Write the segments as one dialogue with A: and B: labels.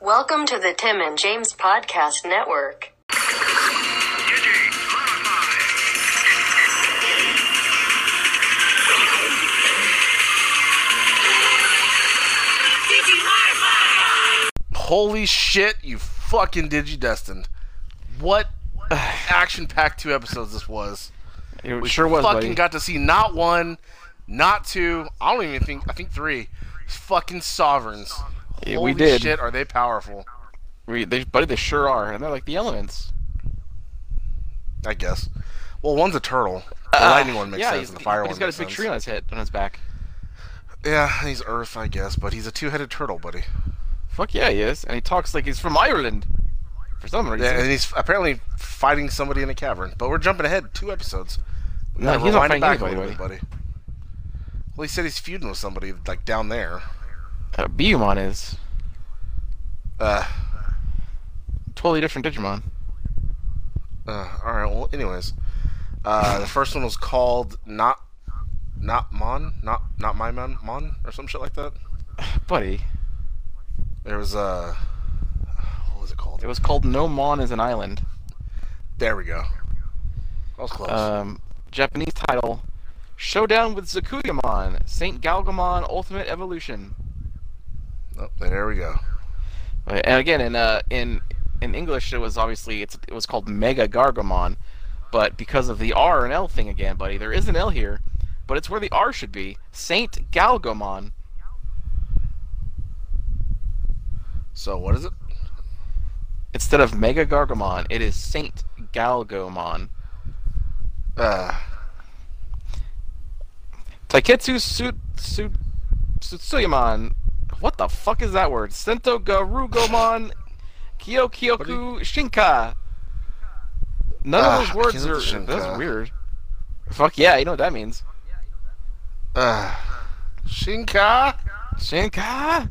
A: Welcome to the Tim and James Podcast Network.
B: Holy shit, you fucking digi-destined. What action-packed two episodes this was.
C: It
B: We
C: sure was,
B: fucking
C: buddy.
B: got to see not one, not two, I don't even think, I think three, fucking sovereigns.
C: Yeah, we
B: Holy
C: did.
B: shit, are they powerful.
C: We, they, buddy, they sure are, and they're like the elements.
B: I guess. Well, one's a turtle. The lightning one makes
C: Uh, Ah, yeah,
B: sense,
C: he's,
B: and the fire
C: he's
B: one
C: got
B: makes
C: a big
B: sense.
C: tree on his head on his back.
B: Yeah, he's Earth, I guess, but he's a two-headed turtle, buddy.
C: Fuck yeah, he is, and he talks like he's from Ireland for some reason.
B: Yeah, and he's apparently fighting somebody in a cavern. But we're jumping ahead two episodes. We
C: No,
B: gotta
C: he's not
B: rewind it
C: fighting
B: back a
C: anybody,
B: little bit, buddy. Well, he said he's feuding with somebody like down there.
C: uh, Biyumon is
B: Uh,
C: totally different Digimon.
B: uh all right. Well, anyways, uh, the first one was called not not Mon, not not my Mon, Mon or some shit like that.
C: Buddy,
B: There was uh, what was it called?
C: it was called No Mon is an Island.
B: There we go. That was close.
C: Um, Japanese title: Showdown with Zakuyamon, Saint Galgamon Ultimate Evolution.
B: oh, there we go.
C: Right, And again, in uh, in in English, it was obviously it's, it was called Mega Gargamon, but because of the R and L thing again, buddy, there is an L here, but it's where the R should be. Saint Galgamon.
B: So what is it?
C: Instead of Mega Gargamon, it is Saint Galgomon.
B: Uh,
C: Taiketsu Su Su Sutsuyamon. What the fuck is that word? Sento Garugomon
B: What do
C: Kyokyoku Shinka. None
B: Ah,
C: of
B: I
C: those words
B: can't
C: are.
B: look at Shinka.
C: That's weird. Fuck yeah, you know what that means.
B: uh, Shinka.
C: Shinka!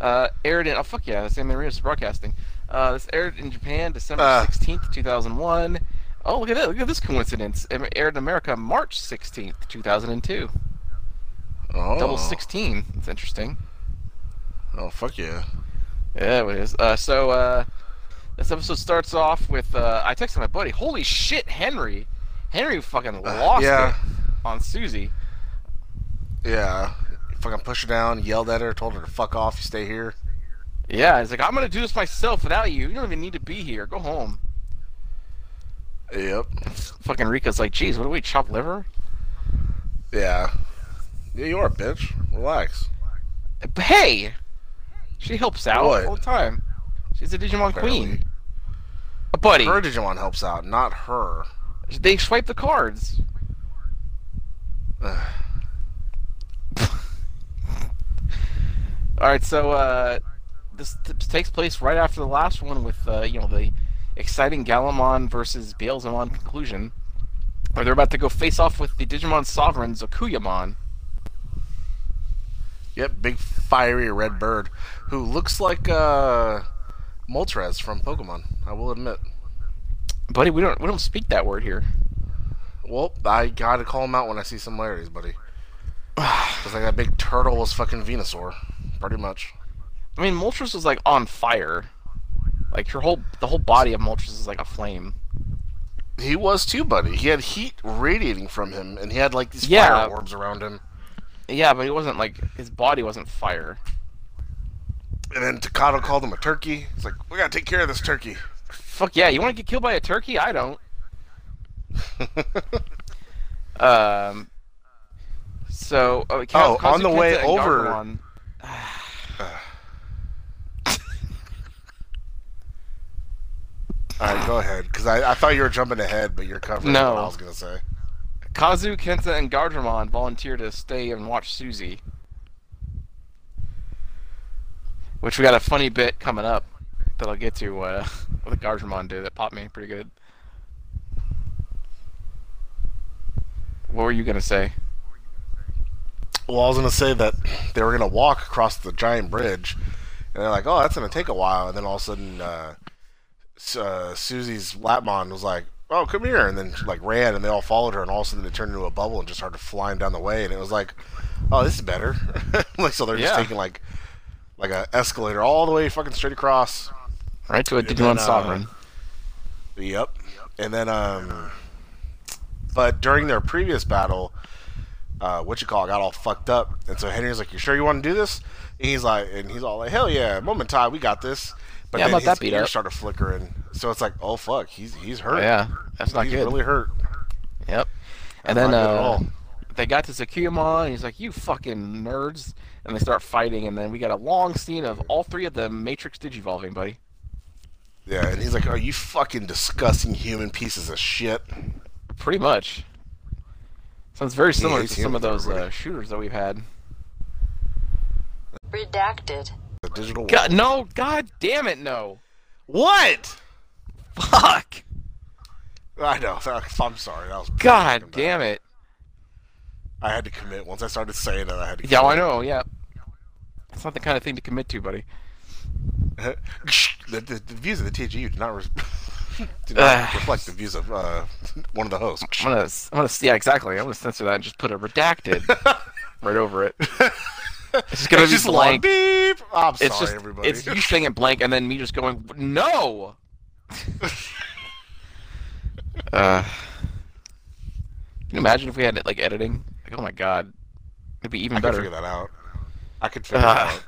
C: Uh, aired in. Oh, fuck yeah, that's San Marinos Broadcasting. Uh, this aired in Japan December
B: Ah.
C: 16th, 2001. Oh, look at that. Look at this coincidence. It aired in America March 16th, 2002.
B: Oh.
C: Double 16. That's interesting.
B: Oh fuck yeah.
C: Yeah, it is. Uh, so, uh, this episode starts off with uh, I texted my buddy, holy shit, Henry. Henry fucking lost
B: Uh, yeah.
C: it on Susie.
B: Yeah. Fucking pushed her down, yelled at her, told her to fuck off, you stay here.
C: Yeah, he's like, I'm going to do this myself without you. You don't even need to be here. Go home.
B: Yep.
C: Fucking Rika's like, geez, what do we chop liver?
B: Yeah. Yeah, you are, bitch. Relax.
C: But hey, she helps out
B: What?
C: all the time. She's a Digimon
B: Apparently.
C: queen. A buddy.
B: Her Digimon helps out, not her.
C: They swipe the cards.
B: Ugh.
C: All right, so uh, this t- takes place right after the last one with uh, you know the exciting Gallimon versus Beelzemon conclusion, where they're about to go face off with the Digimon Sovereign Zakuyamon.
B: Yep, big fiery red bird who looks like uh Moltres from Pokemon, I will admit.
C: Buddy, we don't we don't speak that word here.
B: Well, I gotta call him out when I see similarities, buddy. Just like that big turtle was fucking Venusaur, pretty much.
C: I mean, Moltres was like on fire, like her whole the whole body of Moltres is like a flame.
B: He was too, buddy. He had heat radiating from him, and he had like these
C: Yeah.
B: fire orbs around him.
C: Yeah, but he wasn't like his body wasn't fire.
B: And then Takato called him a turkey. He's like, we gotta take care of this turkey.
C: Fuck yeah, you want to get killed by a turkey? I don't. Um. So, oh, Ka-
B: Oh, on the
C: Kazukenta
B: way
C: and
B: over-
C: Gargamon-
B: All right, go ahead, because I, I thought you were jumping ahead, but you're covering
C: No.
B: what I was gonna say.
C: Kazu, Kenta, and Gargamon volunteer to stay and watch Susie. Which we got a funny bit coming up that I'll get to uh, what the Gargamon did that popped me pretty good. What were you gonna say?
B: Well, I was gonna say that they were gonna walk across the giant bridge, and they're like, "Oh, that's gonna take a while." And then all of a sudden, uh, S- uh, Susie's Lapmon was like, "Oh, come here!" And then she, like ran, and they all followed her, and all of a sudden it turned into a bubble and just started flying down the way, and it was like, "Oh, this is better." like so, they're just
C: Yeah.
B: taking like like a escalator all the way fucking straight across.
C: Right to a
B: And
C: Digimon
B: then, uh,
C: Sovereign.
B: Yep. And then, um, but during their previous battle, uh, what you call it, got all fucked up, and so Henry's like, "You sure you want to do this?" And he's like, and he's all like, "Hell yeah, moment tie, we got this." But
C: Yeah, I'm
B: then
C: not
B: his
C: that beat
B: ear
C: up.
B: started flickering, so it's like, "Oh fuck, he's he's hurt.
C: yeah, that's not
B: he's
C: good.
B: really hurt."
C: Yep. And
B: That's
C: then
B: not good at
C: uh,
B: all.
C: they got to Sakuyamon, and he's like, "You fucking nerds!" And they start fighting, and then we got a long scene of all three of the Matrix digivolving, buddy.
B: Yeah, and he's like, "Are you fucking disgusting human pieces of shit?"
C: Pretty much. Sounds very similar
B: he's
C: to some of
B: human,
C: those uh,
B: everybody.
C: shooters that we've had.
A: Redacted.
B: The digital world.
C: God, no! God damn it, no!
B: What?
C: Fuck!
B: I know. I'm sorry. That was
C: God damn it!
B: I had to commit. Once I started saying it, I had to.
C: Yeah, I
B: commit.
C: know. Yeah, it's not the kind of thing to commit to, buddy.
B: the, the, the views of the TGU do not, re- do not
C: Ugh.
B: reflect the views of uh, one of the hosts.
C: I'm gonna, I'm gonna, yeah, exactly. I'm gonna censor that and just put a redacted right over it. It's just gonna
B: It's
C: be
B: just a long
C: blank.
B: beep. I'm sorry,
C: it's just,
B: everybody.
C: it's you saying it blank and then me just going, no. uh, can you imagine if we had it like editing? Like, oh my god, it'd be even
B: I can
C: better.
B: figure that out. I could figure
C: Ugh.
B: that out.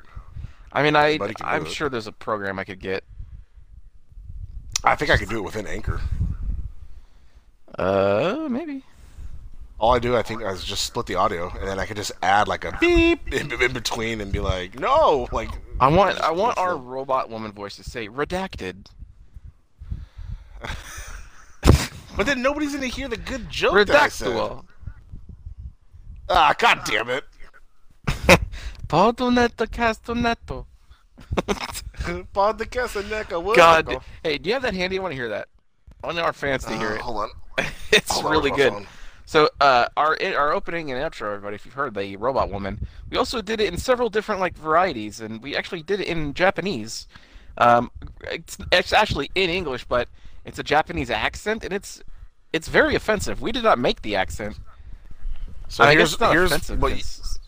C: I mean, I,
B: Buddy can do
C: I'm
B: it.
C: sure there's a program I could get.
B: I think I could do it within Anchor.
C: Uh, maybe.
B: All I do, I think, is just split the audio, and then I could just add like a beep in, in between and be like, no, like.
C: I want, I want our robot woman voice to say redacted.
B: But then nobody's gonna hear the good joke that I said.
C: Redactual.
B: Ah, god damn it.
C: Pardonetto castonetto.
B: Pod the Casaneca. what the-
C: God, hey, do you have that handy? I want to hear that. I want our fans to hear
B: Uh,
C: it.
B: hold on.
C: it's
B: Hold on,
C: really
B: hold on,
C: good.
B: hold on.
C: So uh, our our opening and outro, everybody, if you've heard the Robot Woman, we also did it in several different like varieties, and we actually did it in Japanese. Um, it's, it's actually in English, but it's a Japanese accent, and it's it's very offensive. We did not make the accent.
B: So
C: I mean,
B: here's
C: it's not
B: here's
C: offensive.
B: what,
C: it's-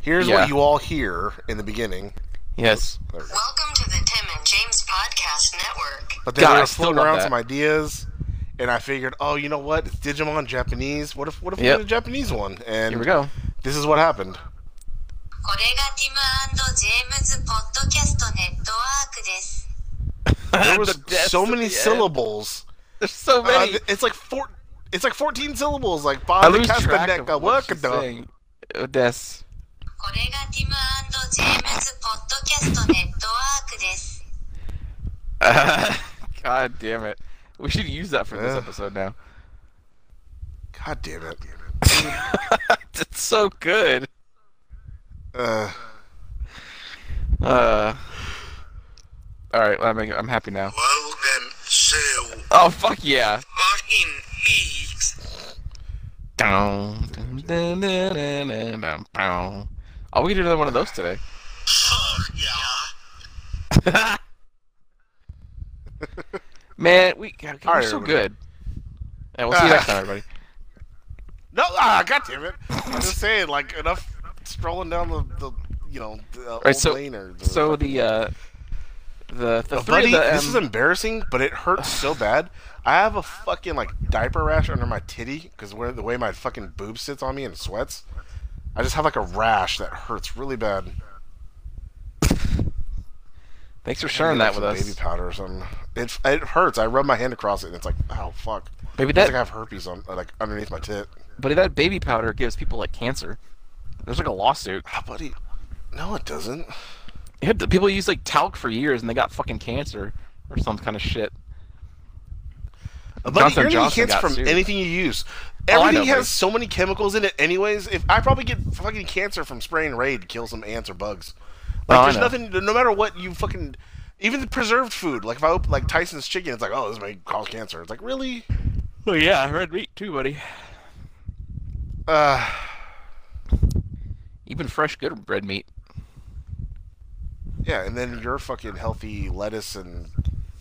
B: here's
C: Yeah.
B: what you all hear in the beginning.
C: yes.
B: There we go.
A: Welcome to the Tim and James Podcast Network.
B: But then
C: God,
B: I
C: I
B: was
C: still
B: floating
C: love
B: around
C: that.
B: some ideas, and I figured, oh, you know what? It's Digimon Japanese. What if what if
C: Yep.
B: we did a Japanese one? And
C: Here we go.
B: This is what happened.
A: これがティムジェームズポッドキャストネットワークです。
B: There
C: The
B: was
C: deaths
B: so
C: at the
B: many
C: end.
B: syllables.
C: There's so
B: Uh,
C: many.
B: th- it's like four. It's like 14 syllables. Like
C: I
B: Bob
C: lose track
B: Castaneca.
C: of what she's
B: Wakanda.
C: saying. Oh, Odessa.
A: これがティムジェームズポッドキャストネットワークです。
C: God damn it. We should use that for this
B: Yeah.
C: episode now.
B: God damn it.
C: It's so good.
B: Uh,
C: Uh. All right, well, I'm, I'm happy now.
D: Logan Sue
C: Oh fuck yeah!
D: fucking East.
C: Dun, dun, dun, dun, dun, dun, dun, pow. Oh, we could do another one of those today.
D: Fuck yeah.
C: Man, we God,
B: All
C: we're
B: right,
C: so
B: everybody.
C: good. Yeah, we'll see you
B: Ah.
C: next time, everybody.
B: no. Ah, God damn it. I'm just saying, like enough strolling down the, the you know the uh,
C: right,
B: old
C: so-
B: lane or the
C: So the uh, the the
B: Uh,
C: three
B: buddy,
C: of the,
B: this is
C: um,
B: embarrassing, but it hurts so bad. I have a fucking like diaper rash under my titty because where the way my fucking boob sits on me and sweats, I just have like a rash that hurts really bad.
C: thanks for
B: Get,
C: sharing
B: like,
C: that
B: some
C: with us.
B: Baby powder or something. It it hurts. I rub my hand across it and it's like, oh fuck.
C: Maybe
B: It's like I
C: that,
B: have herpes on like underneath my tit.
C: buddy, that baby powder gives people like cancer. There's like a lawsuit.
B: Ah, buddy. No, it doesn't.
C: Yeah, the people use like talc for years and they got fucking cancer or some kind of shit.
B: Uh, Buddy,
C: Johnson
B: you're gonna get
C: Johnson
B: cancer
C: got
B: from
C: sued. Oh,
B: anything you use.
C: I know,
B: Everything
C: buddy.
B: has so many chemicals in it, anyways. If I probably get fucking cancer from spraying Raid, kill some ants or bugs. Like
C: Oh, I
B: there's
C: know.
B: nothing. No matter what you fucking, even the preserved food. Like if I open like Tyson's chicken, it's like, oh, this may cause cancer. It's like really.
C: Oh yeah, red meat too, buddy.
B: Uh,
C: Even fresh, good red meat.
B: yeah, and then your fucking healthy lettuce and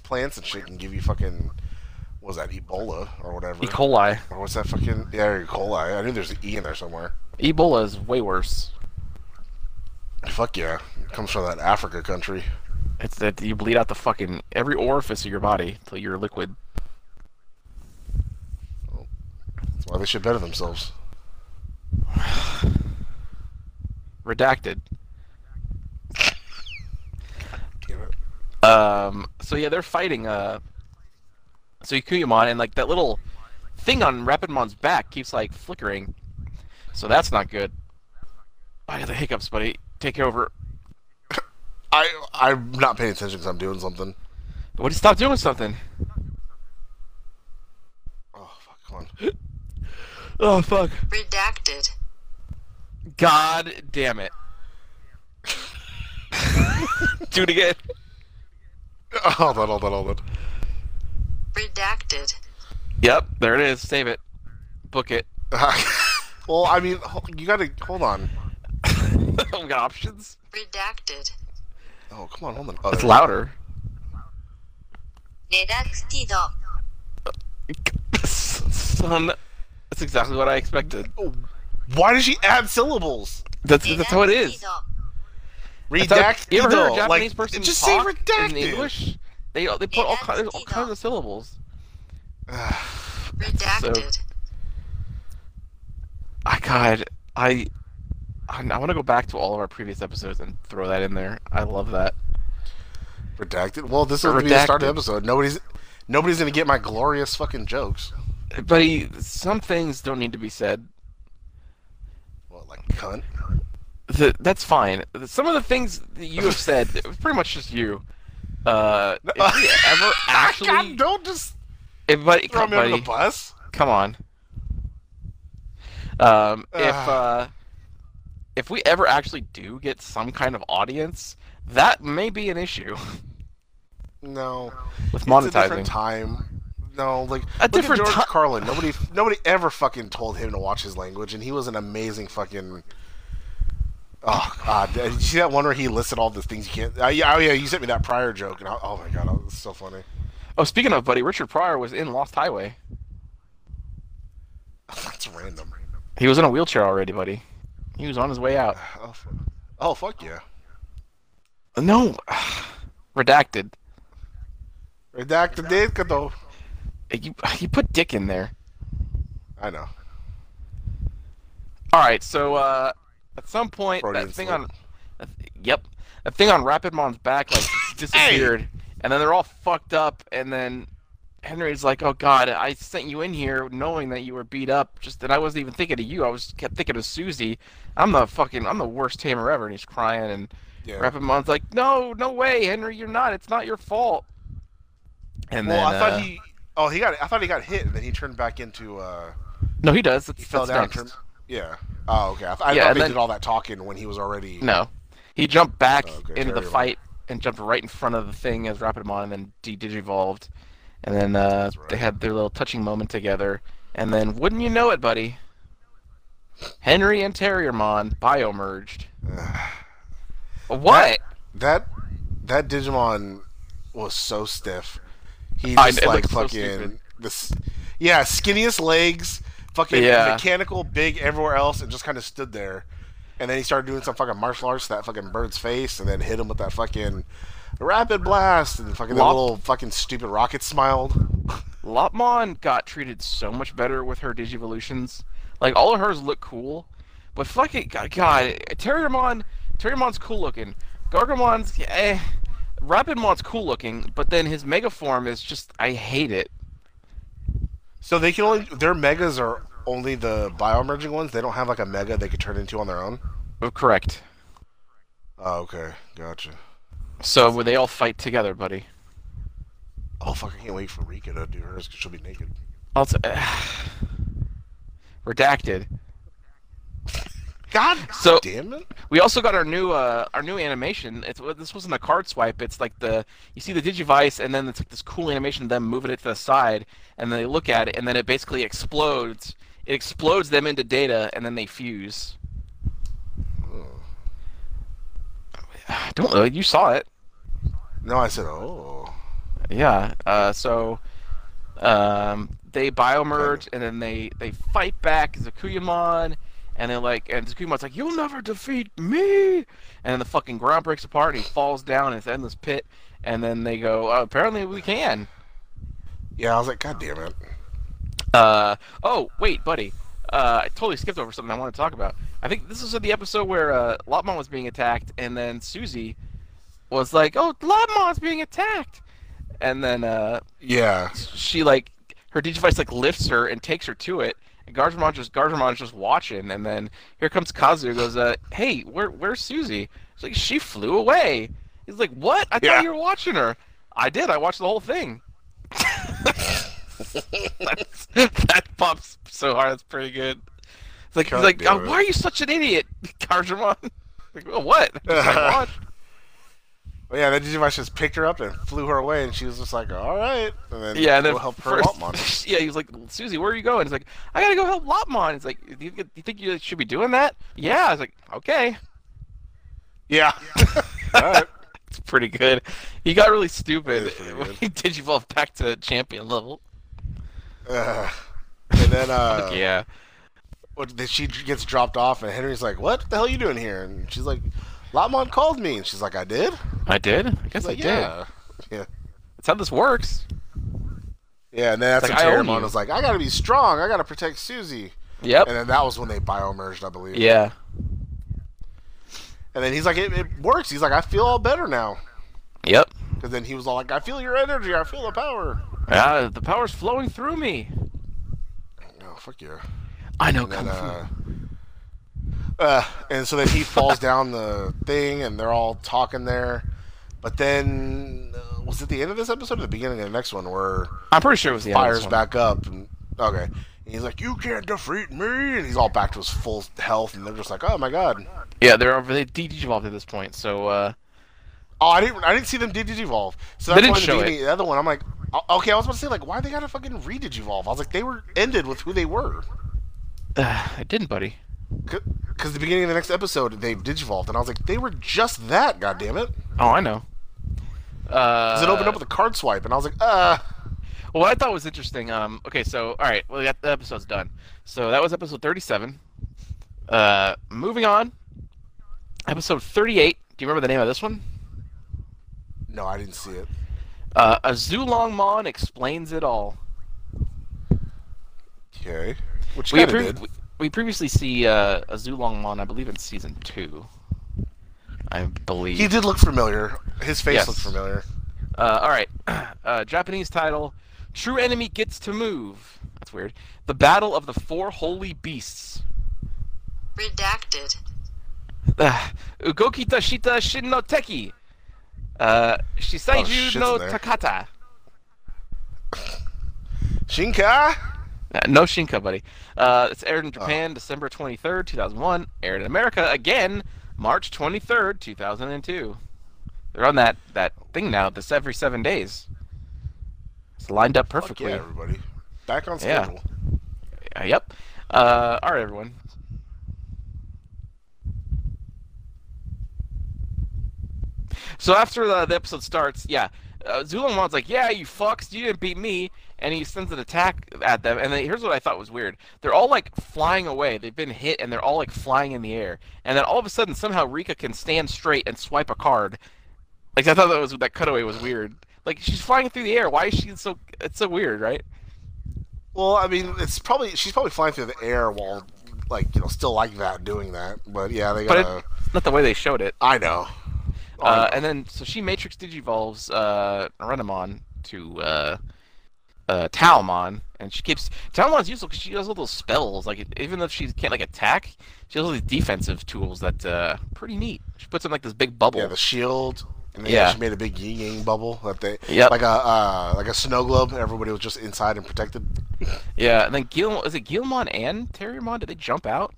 B: plants and shit can give you fucking, what was that Ebola or whatever?
C: E. coli.
B: Or what's that fucking yeah, E. coli? I knew there's an E in there somewhere.
C: Ebola is way worse.
B: Fuck yeah. It comes from that Africa country.
C: It's that you bleed out the fucking every orifice of your body till you're liquid.
B: That's why they should better themselves.
C: Redacted.
B: Damn it.
C: Um, so yeah, they're fighting. Uh, so Ikuyamon and like that little thing on Rapidmon's back keeps like flickering, so that's not good. Oh, I got the hiccups, buddy. Take over.
B: I, I'm not paying attention because I'm doing something.
C: What? Stop doing something.
B: Oh, fuck, come on.
C: Oh fuck.
A: Redacted.
C: God damn it. Do it again.
B: Hold on, hold on, hold on.
A: Redacted.
C: Yep, there it is. Save it. Book it.
B: well, I mean, ho- you gotta hold on.
C: we got options.
A: Redacted.
B: Oh, come on, hold on. Oh,
C: It's
B: there-
C: louder.
A: Redactido.
C: Son, that's exactly what I expected.
B: Oh, why did she add syllables?
C: That's that's how it is.
A: Redactido.
C: That's how-
B: Redacted.
C: You ever heard a
B: like,
C: Japanese person
B: just
C: talk
B: say redacted.
C: in English? They they put all kinds there's all kinds of syllables.
A: Redacted.
C: I God, I I, I want to go back to all of our previous episodes and throw that in there. I love that.
B: Redacted. Well, this is gonna be the start of
C: Redacted.
B: the episode. Nobody's, nobody's gonna get my glorious fucking jokes.
C: But he, some things don't need to be said.
B: What, like cunt?
C: Th that's fine. Some of the things that you have said, it was pretty much just you. Uh, if we ever
B: God,
C: actually,
B: don't just
C: if, buddy,
B: throw
C: come,
B: me under the
C: buddy,
B: bus.
C: come on. Um, if uh,
B: Ugh.
C: if we ever actually do get some kind of audience, that may be an issue
B: No, it's
C: with
B: a different
C: monetizing.
B: time. No, like
C: A
B: look at
C: different
B: George
C: ti-
B: Carlin. Nobody, nobody ever fucking told him to watch his language, and he was an amazing fucking. Oh God! Did you see that one where he listed all the things you can't? Uh, yeah, oh yeah, you sent me that prior joke, and I, oh my God, that was so funny.
C: Oh, speaking of, buddy, Richard Pryor was in Lost Highway.
B: That's random.
C: He was in a wheelchair already, buddy. He was on his way out.
B: Oh, fuck. oh fuck yeah!
C: No, redacted.
B: Redacted did though.
C: You you put Dick in there.
B: I know.
C: All right, so uh, at some point,
B: Freudian
C: that thing
B: slip.
C: on, that th- yep, that thing on Rapidmon's back like disappeared, and then they're all fucked up, and then Henry's like, "Oh God, I sent you in here knowing that you were beat up, just and I wasn't even thinking of you. I was kept thinking of Susie. I'm the fucking, I'm the worst tamer ever." And he's crying, and
B: Yeah.
C: Rapidmon's like, "No, no way, Henry, you're not. It's not your fault." And
B: well,
C: then,
B: I thought
C: uh,
B: he. Oh, he got. I thought he got hit, and then he turned back into. uh
C: no, he does. That's,
B: He fell
C: that's
B: down.
C: next.
B: Turned, yeah. Oh, okay. I, th- I
C: Yeah,
B: thought
C: and
B: they
C: then-
B: did all that talking when he was already.
C: No. He jumped back
B: Oh, okay,
C: into the
B: terrible.
C: fight and jumped right in front of the thing as Rapidmon and then D digivolved. And then uh,
B: right.
C: they had their little touching moment together. And then wouldn't you know it, buddy? Henry and Terriermon biomerged. what?
B: That that Digimon was so stiff. He
C: I-
B: just
C: it
B: like
C: looked so
B: fucking
C: stupid.
B: this. Yeah, skinniest legs, fucking
C: Yeah.
B: mechanical, big everywhere else, and just kind of stood there. And then he started doing some fucking martial arts to that fucking bird's face, and then hit him with that fucking rapid blast, and fucking that
C: Lop-
B: little fucking stupid rocket smiled.
C: Lopmon got treated so much better with her Digivolutions. Like all of hers look cool, but fucking God, God Terriermon, Terriermon's cool looking. Gargamon's eh, Rapidmon's cool looking, but then his Mega form is just I hate it.
B: So they can only their megas are only the biomerging ones. They don't have like a mega they could turn into on their own.
C: Oh, correct.
B: Oh, okay, gotcha.
C: So would they all fight together, buddy?
B: Oh fuck, I can't wait for Rika to do hers because she'll be naked.
C: Also, redacted.
B: God
C: So-
B: damn it!
C: We also got our new uh, our new animation. It's well, this wasn't a card swipe. It's like the you see the Digivice, and then it's like this cool animation of them moving it to the side, and then they look at it, and then it basically explodes. It explodes them into data, and then they fuse. I don't know. You saw it.
B: No, I said oh.
C: Yeah. Uh, so um, they biomerge and then they they fight back Zakuyamon, and they're like, and Tsukuma's like, "You'll never defeat me!" And then the fucking ground breaks apart, and he falls down in this endless pit. And then they go, oh, "Apparently, we can."
B: Yeah, I was like, God damn it.
C: Uh, oh, wait, buddy. Uh, I totally skipped over something I want to talk about. I think this is the episode where uh, Lopmon was being attacked, and then Susie was like, "Oh, Lopmon's being attacked," and then uh,
B: Yeah.
C: she like her Digivice like lifts her and takes her to it. And Garzamon's just Garzamon's just watching, and then here comes Kazu. Goes, uh, "Hey, where where's Susie?" She's like, "She flew away." He's like, "What? I
B: Yeah.
C: thought you were watching her." I did. I watched the whole thing. That's, that pops so hard. That's pretty good. It's like, he's
B: God
C: like,
B: damn
C: "Oh,
B: it."
C: why are you such an idiot, Garjamon? like, well, what? I just, like, watched.
B: But yeah, that Digivice just picked her up and flew her away, and she was just like, all right. And then
C: Yeah, and
B: go
C: then
B: help her
C: first,
B: Lopmon.
C: Yeah, he was like, Susie, where are you going? He's like, I gotta go help Lopmon. He's like, do you, do you think you should be doing that? Yeah. I was like, okay,
B: Yeah. all right.
C: it's pretty good. He got really stupid
B: It is pretty
C: when
B: good.
C: he digivolved back to champion level.
B: Ugh. Uh, and then, uh,
C: Fuck yeah.
B: what- then she gets dropped off, and Henry's like, what the hell are you doing here? And she's like, Lopmon called me. And she's like, I did?
C: I did. I
B: He's
C: guess
B: like,
C: I did.
B: yeah. Yeah.
C: That's how this works.
B: Yeah, and then that's
C: It's
B: when
C: like, I own
B: Terramon
C: you.
B: was like, I gotta be strong. I gotta protect Susie.
C: Yep.
B: And then that was when they biomerged, I believe.
C: Yeah.
B: And then he's like, it, it works. He's like, I feel all better now.
C: Yep.
B: Because then he was all like, I feel your energy. I feel the power.
C: Ah, the power's flowing through me.
B: Oh, fuck you.
C: I know
B: And then,
C: kung fu.
B: uh, uh, and so then he falls down the thing, and they're all talking there. But then, uh, was it the end of this episode or the beginning of the next one where
C: I'm pretty sure it was the end of
B: fires
C: this one.
B: back up? And, okay. And he's like, You can't defeat me. And he's all back to his full health, and they're just like, Oh my god.
C: Yeah, they're over. They de- digivolved at this point, so uh,
B: Oh, I didn't. I didn't see them digivolve. So that's
C: They didn't
B: why in the,
C: show it.
B: beginning- the other one, I'm like, o- okay, I was about to say like, why they gotta fucking re-digivolve? I was like, they were ended with who they were.
C: I didn't, buddy.
B: Because the beginning of the next episode, they digivolved, and I was like, they were just that. God damn it!
C: Oh, I know. Uh,
B: Because it opened up with a card swipe, and I was like, uh,
C: Well, what I thought was interesting. Um, okay, so all right, well, we got the episode's done. So that was episode thirty-seven. Uh, moving on. Episode thirty-eight. Do you remember the name of this one?
B: no, I didn't see it.
C: Uh, a Zulong Mon explains it all.
B: Okay, which
C: We,
B: kind
C: pre-
B: of did.
C: we, we previously see uh, a Zulong Mon, I believe, in season two. I believe.
B: He did look familiar. His face
C: Yes.
B: looked familiar.
C: Uh, all right. Uh, Japanese title: True enemy gets to move. That's weird. The Battle of the Four Holy Beasts.
A: Redacted.
C: Uh, Ugoki Toshita Shin no Teki. Uh, Shisaiju
B: Oh, shit's
C: no
B: in there.
C: Takata.
B: Shinka.
C: Uh, no Shinka, buddy. Uh, it's aired in
B: Oh.
C: Japan December 23rd, 2001. Aired in America again March 23rd, 2002. They're on that, that thing now, this every seven days. It's lined up
B: Fuck
C: perfectly.
B: yeah, everybody. Back on
C: Yeah.
B: schedule.
C: Uh, yep. Uh, all right, everyone. So after uh, the, the episode starts, yeah, uh, Zulamwan's like, "Yeah, you fucks, you didn't beat me," and he sends an attack at them. And then, here's what I thought was weird: they're all like flying away. They've been hit, and they're all like flying in the air. And then all of a sudden, somehow Rika can stand straight and swipe a card. Like I thought that was that cutaway was weird. Like she's flying through the air. Why is she so? It's so weird, right?
B: Well, I mean, it's probably she's probably flying through the air while, like, you know, still like that doing that. But yeah, they
C: But
B: gotta.
C: it, it's not the way they showed it.
B: I know.
C: Uh, and then, so she Matrix Digivolves uh, Renamon to uh, uh, Talmon, and she keeps Talmon's useful because she does all those spells. Like even though she can't like attack, she has all these defensive tools that uh, pretty neat. She puts in like this big bubble.
B: Yeah, the shield. And then
C: Yeah.
B: she made a big yin yang bubble that they
C: Yep.
B: like a uh, like a snow globe. Everybody was just inside and protected.
C: Yeah, and then Gil is it Gilmon and Terriermon? Did they jump out?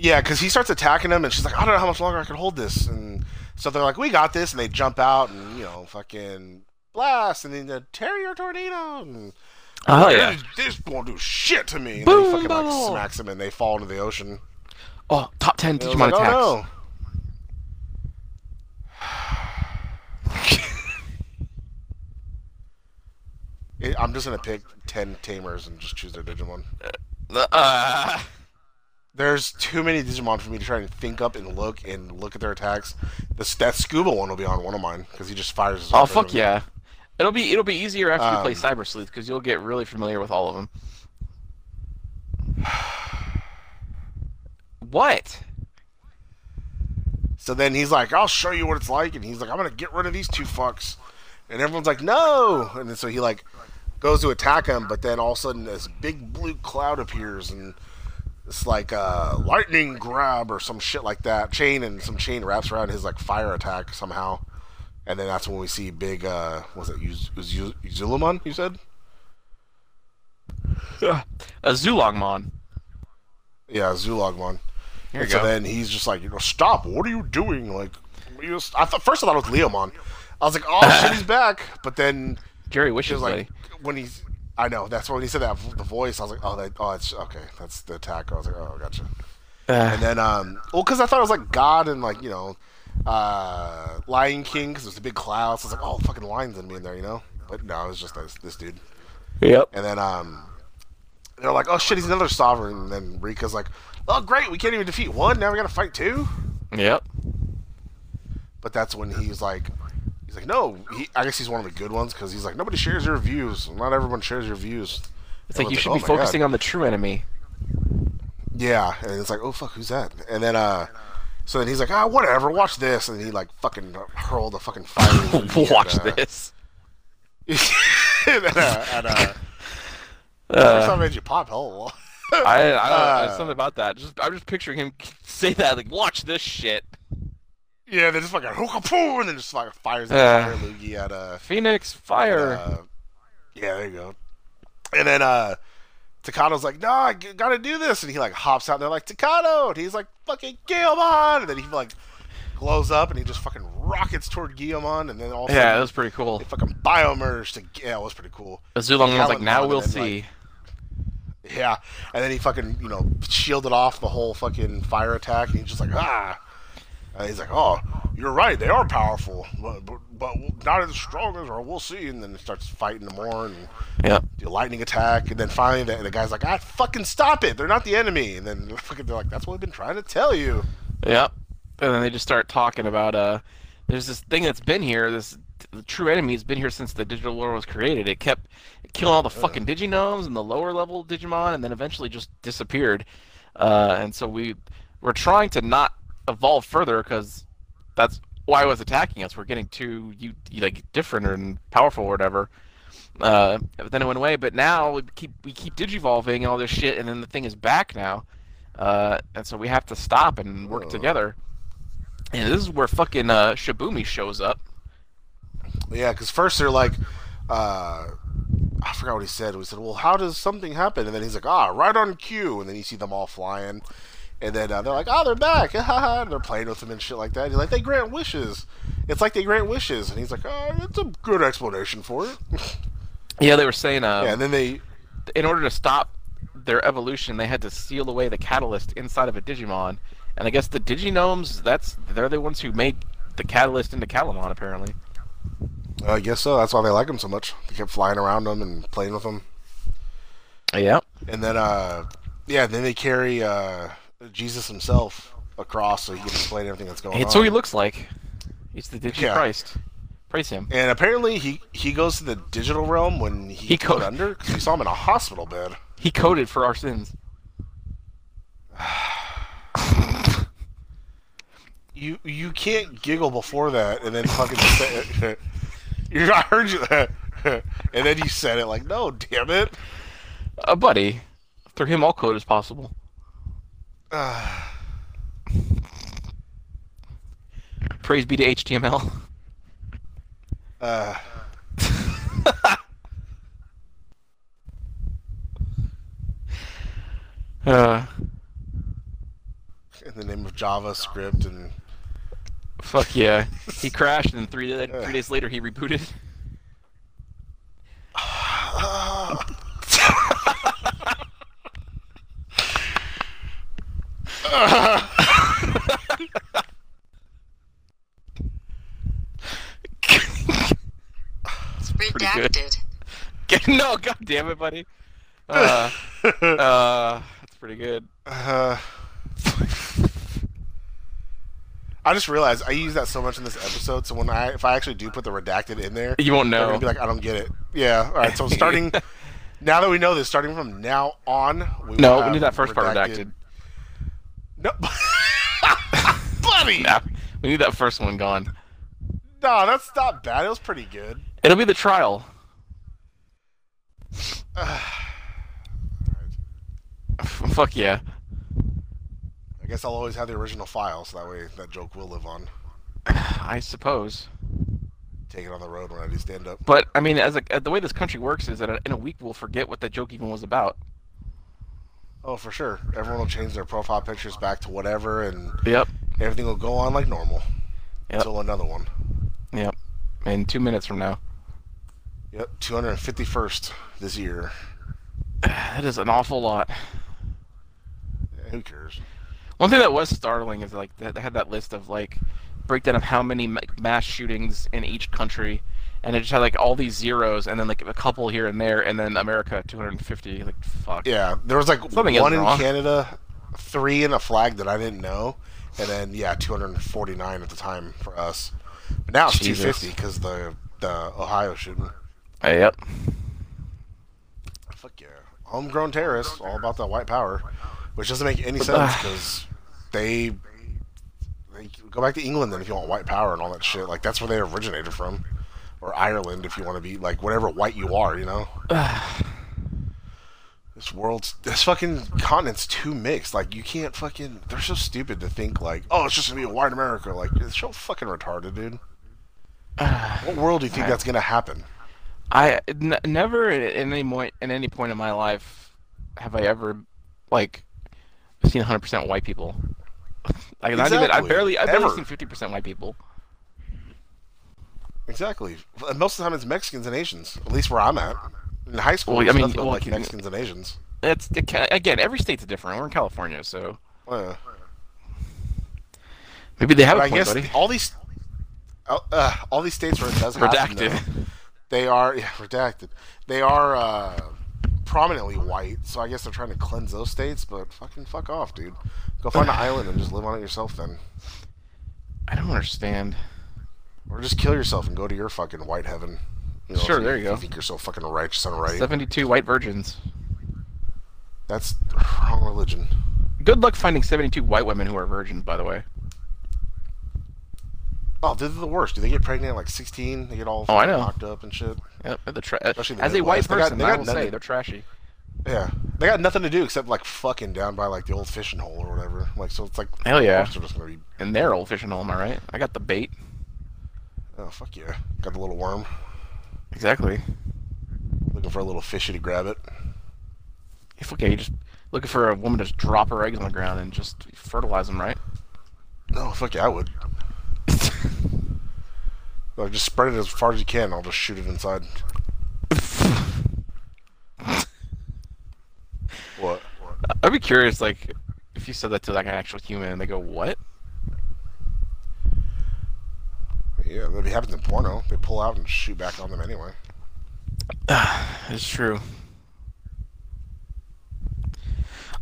B: Yeah, because he starts attacking them, and she's like, I don't know how much longer I can hold this. And so they're like, We got this, and they jump out and you know fucking blast, and then the terrier tornado. And
C: Oh
B: this won't do shit to me. And
C: Boom,
B: then he fucking
C: bubble.
B: like smacks them, and they fall into the ocean.
C: Oh, top ten
B: And I was
C: Digimon
B: like,
C: attacks.
B: "Oh, no." It- I'm just gonna pick ten tamers and just choose their Digimon.
C: The- uh,
B: there's too many Digimon for me to try and think up and look and look at their attacks. This that Scuba one will be on one of mine because he just fires. his
C: Oh
B: weapon.
C: fuck yeah! It'll be it'll be easier after you play
B: Um,
C: Cyber Sleuth because you'll get really familiar with all of them. What?
B: So then he's like, "I'll show you what it's like," and he's like, "I'm gonna get rid of these two fucks," and everyone's like, "No!" And then so he like goes to attack him, but then all of a sudden this big blue cloud appears and it's like a lightning grab or some shit like that chain, and some chain wraps around his like fire attack somehow, and then that's when we see big uh, was it Uz- Uz- Uz- Uzulamon? You said,
C: A Zulongmon.
B: yeah, Zulogmon.
C: Here you
B: and so
C: go.
B: then he's just like, you know, stop! What are you doing? Like, you just- I thought first I thought it was Leomon. I was like, oh shit, he's back. But then
C: Jerry
B: She
C: wishes,
B: was like,
C: buddy.
B: when he's, I know that's when he said that v- the voice. I was like, oh, that, oh, it's okay. That's the attack. I was like, oh, gotcha. And then, um, well, because I thought it was like God and like you know, uh, Lion King because it was a big cloud. So I was like, oh, fucking lion's gonna be in there, you know. But no, it was just this, this dude.
C: yep.
B: And then, um, they're like, oh shit, he's another sovereign. And then Rika's like, oh great, we can't even defeat one. Now we gotta fight two.
C: Yep.
B: But that's when he's like, he's like, no, he, I guess he's one of the good ones because he's like, nobody shares your views. Not everyone shares your views.
C: It's like you
B: Everyone's
C: should
B: "Oh
C: be
B: my God."
C: focusing on the true enemy.
B: Yeah, and it's like, oh fuck, who's that? And then uh, so then he's like, ah, whatever, watch this, and he like fucking hurled a fucking fire.
C: Watch
B: at, uh,
C: this.
B: at, uh, at, uh, first
C: Uh,
B: time made you pop hell.
C: I, I, don't know, there's
B: uh,
C: something about that. Just I'm just picturing him say that like, watch this shit.
B: yeah, they just fucking hookapoo, and then just fucking fires
C: Uh.
B: that fire loogie at uh,
C: Phoenix, fire.
B: uh, yeah, there you go. And then uh, Takato's like, nah, I g- gotta do this, and he like hops out, and they're like, Takato, and he's like, fucking Guillemon, and then he like glows up, and he just fucking rockets toward Guillemon, and then all of a
C: yeah,
B: sudden-
C: that was pretty cool.
B: They fucking biomerged to yeah, it was pretty cool.
C: Zulongmon's like,
B: Talonmon
C: now
B: and
C: we'll
B: then,
C: see.
B: Yeah. And then he fucking, you know, shielded off the whole fucking fire attack and he's just like, ah and he's like, Oh, you're right, they are powerful. But, but, but not as strong as or we'll see and then he starts fighting them more and
C: Yep.
B: do a lightning attack and then finally the, the guy's like, Ah fucking stop it, they're not the enemy and then fucking they're like, That's what we've been trying to tell you.
C: Yep. And then they just start talking about uh, there's this thing that's been here. This the true enemy has been here since the digital lore was created. It kept killing all the fucking Diginomes and the lower level Digimon, and then eventually just disappeared. Uh, and so we we're trying to not evolve further because that's why it was attacking us. We're getting too you like different and powerful or whatever. Uh, but then it went away. But now we keep we keep digivolving and all this shit, and then the thing is back now. Uh, and so we have to stop and work
B: Oh.
C: together. And this is where fucking uh, Shibumi shows up.
B: Yeah, because first they're like, uh, I forgot what he said. We said, well, how does something happen? And then he's like, ah, right on cue. And then you see them all flying. And then uh, they're like, oh, they're back. and they're playing with him and shit like that. And he's like, they grant wishes. It's like they grant wishes. And he's like, oh, that's a good explanation for it.
C: Yeah, they were saying uh,
B: yeah, and then they,
C: in order to stop their evolution, they had to seal away the catalyst inside of a Digimon. And I guess the Diginomes, that's they're the ones who made the catalyst into Calamon, apparently.
B: I guess so. That's why they like him so much. They kept flying around him and playing with him.
C: Yeah.
B: And then, uh, yeah, then they carry uh, Jesus himself across so he can explain everything that's going on.
C: It's who he looks like. He's the Digi
B: Um, Yeah.
C: Christ. Praise him.
B: And apparently he he goes to the digital realm when he,
C: He
B: got
C: co-
B: under because we saw him in a hospital bed.
C: He coded for our sins.
B: You you can't giggle before that and then fucking say it. You, I heard you that, and then you said it like, no, damn it.
C: A buddy. Through him, all code is possible.
B: Uh,
C: Praise be to HTML.
B: Uh,
C: Uh,
B: in the name of JavaScript and
C: fuck yeah. He crashed, and three three days later he rebooted. good.
A: Redacted.
C: no, god damn it, buddy. Uh, uh, that's pretty good.
B: uh, I just realized I use that so much in this episode. So when I if I actually do put the redacted in there,
C: You won't
B: they're
C: know.
B: gonna be like, I don't get it. Yeah. All right. So starting now that we know this, starting from now on, we will
C: no, we
B: have
C: need that first part redacted.
B: No, buddy.
C: No, we need that first one gone.
B: No, that's not bad. It was pretty good.
C: It'll be the trial. Fuck yeah.
B: I guess I'll always have the original file, so that way that joke will live on.
C: I suppose.
B: Take it on the road when I do stand up.
C: But I mean, as a, uh, the way this country works is that in a week we'll forget what that joke even was about.
B: Oh, for sure. Everyone will change their profile pictures back to whatever, and
C: Yep.
B: everything will go on like normal
C: Yep.
B: until another one.
C: Yep. In two minutes from now.
B: Yep, 251st this year.
C: That is an awful lot.
B: Yeah, who cares?
C: One thing that was startling is like that they had that list of like breakdown of how many ma- mass shootings in each country, and it just had like all these zeros, and then like a couple here and there, and then America 250. Like fuck.
B: Yeah, there was like
C: Something is
B: one in
C: wrong.
B: Canada, three in a flag that I didn't know, and then yeah, 249 at the time for us. But now it's
C: Jesus.
B: 250 because the the Ohio shooting.
C: Uh, yep.
B: Fuck yeah, homegrown terrorists, all about that white power, which doesn't make any sense because they they go back to England then if you want white power and all that shit. Like that's where they originated from, or Ireland if you want to be like whatever white you are, you know. This world's this fucking continent's too mixed. Like you can't fucking. They're so stupid to think like, oh, it's just gonna be a white America. Like it's so fucking retarded, dude. What world do you think that's gonna happen?
C: I n- never at any point in any point in my life have I ever like seen 100% white people. Like not even I
B: Exactly.
C: barely I barely
B: Ever.
C: seen 50% white people.
B: Exactly. And most of the time, it's Mexicans and Asians. At least where I'm at. In high school,
C: Well, I
B: it's
C: mean,
B: nothing but,
C: well,
B: like
C: you-
B: Mexicans and Asians.
C: It's it ca again every state's different. We're in California, so
B: Uh,
C: maybe they have
B: but
C: a
B: I
C: point,
B: guess
C: buddy.
B: all these, uh, uh, all these states where it does happen, though,
C: Redacted.
B: they are yeah, redacted. They are uh, prominently white, so I guess they're trying to cleanse those states. But fucking fuck off, dude. Go find an island and just live on it yourself, then,
C: I don't understand.
B: or just kill yourself and go to your fucking white heaven. You know,
C: Sure,
B: if
C: there you
B: if
C: go.
B: Think you're so fucking righteous and right.
C: 72 white virgins.
B: That's wrong religion.
C: Good luck finding 72 white women who are virgins, by the way.
B: Oh, they're the worst. Do they get pregnant at like 16? They get all
C: Oh, I
B: fucking
C: know.
B: knocked up and shit.
C: Yep, they're the tra- as
B: Especially the
C: a white
B: Midwest. They got-
C: person,
B: they
C: I
B: got
C: will
B: nothing.
C: say they're trashy.
B: Yeah, they got nothing to do except like fucking down by like the old fishing hole or whatever. Like, so it's like
C: Hell yeah.
B: of course they're just gonna be.
C: And they're old fishing hole, am I right? I got the bait.
B: Oh fuck yeah! Got the little worm
C: Exactly.
B: looking for a little fishy to grab it.
C: If okay, you just looking for a woman to just drop her eggs on the ground and just fertilize them, right?
B: No, fuck yeah, I would. Like, just spread it as far as you can. I'll just shoot it inside. what?
C: I'd be curious, like, if you said that to like an actual human and they go, "What?"
B: Yeah, that happens in porno. They pull out and shoot back on them anyway.
C: It's true.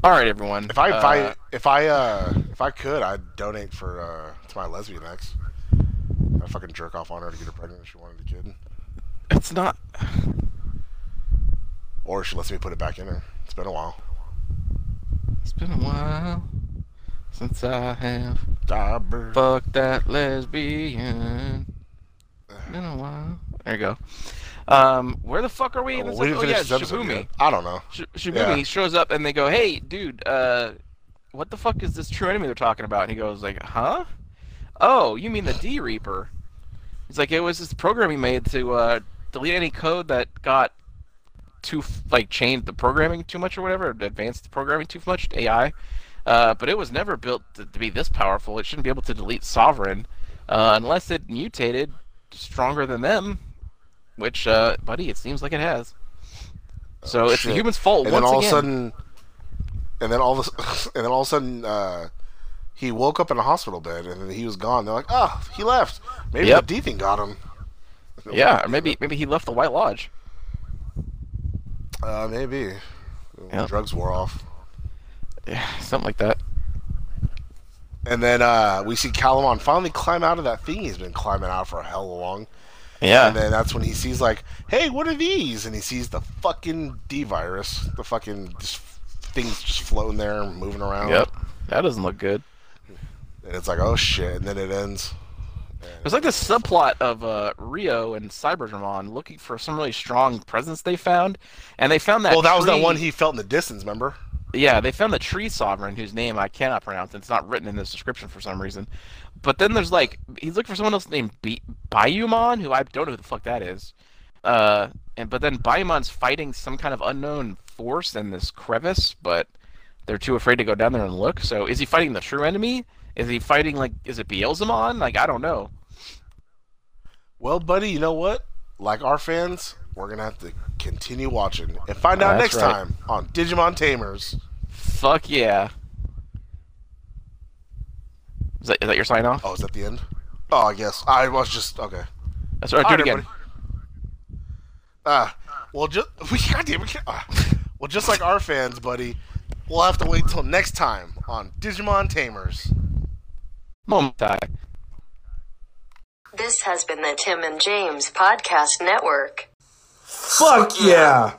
C: All right, everyone.
B: If I if I
C: Uh,
B: if I uh if I could, I'd donate for uh to my lesbian ex. I'd fucking jerk off on her to get her pregnant if she wanted a kid,
C: it's not.
B: or if she lets me put it back in her. It's been a while.
C: It's been a while since I have
B: Dabber.
C: fucked that lesbian. Been a while. There you go. Um, where the fuck are we? in
B: Well,
C: this
B: we didn't
C: episode?
B: finish
C: oh
B: this
C: yeah,
B: episode
C: Shibumi.
B: yet. I don't know.
C: Sh- Shibumi
B: Yeah.
C: shows up and they go, "Hey, dude, uh, what the fuck is this true enemy they're talking about?" And he goes, "Like, huh? Oh, you mean the D Reaper?" He's like, "It was this program he made to uh, delete any code that got too f- like changed the programming too much or whatever, advanced the programming too much, AI. Uh, but it was never built to, to be this powerful. It shouldn't be able to delete Sovereign uh, unless it mutated stronger than them." Which, uh, buddy, it seems like it has. So it's the
B: Oh, shit.
C: human's fault
B: And
C: once
B: then all
C: again.
B: of a sudden, and then all of a, and then all of a sudden, uh, he woke up in a hospital bed and then he was gone. They're like, oh, he left. Maybe
C: Yep.
B: the D thing got him.
C: Yeah, or maybe maybe he left the White Lodge.
B: Uh, maybe.
C: Yep.
B: Drugs wore off.
C: Yeah, something like that.
B: And then uh, we see Calamon finally climb out of that thing he's been climbing out for hell long.
E: Yeah.
B: And then that's when he sees like, hey, what are these? And he sees the fucking D virus, the fucking just things just floating there, moving around.
C: Yep. That doesn't look good.
B: And it's like, oh shit. And then it ends.
C: There's like this subplot of uh, Rio and Cyberdramon looking for some really strong presence they found, and they found that.
B: well, that was that
C: tree-
B: one he felt in the distance. Remember?
C: Yeah, they found the tree sovereign whose name I cannot pronounce. It's not written in this description for some reason. But then there's like he's looking for someone else named B- Bayumon, who I don't know who the fuck that is. Uh, and but then Bayumon's fighting some kind of unknown force in this crevice, but they're too afraid to go down there and look. So is he fighting the true enemy? Is he fighting like is it Beelzemon? Like I don't know.
B: Well, buddy, you know what? Like our fans, we're gonna have to continue watching and find out
C: Oh, That's
B: next
C: right.
B: time on Digimon Tamers.
C: Fuck yeah. Is that, is that your sign off?
B: Oh, is that the end? Oh, I guess I was just okay.
C: That's right. Do
B: Alright,
C: it again.
B: everybody. Ah, well, just we goddamn we can't. ah. well, just like our fans, buddy, we'll have to wait till next time on Digimon Tamers.
C: Moment time.
F: This has been the Tim and James Podcast Network.
G: Fuck yeah!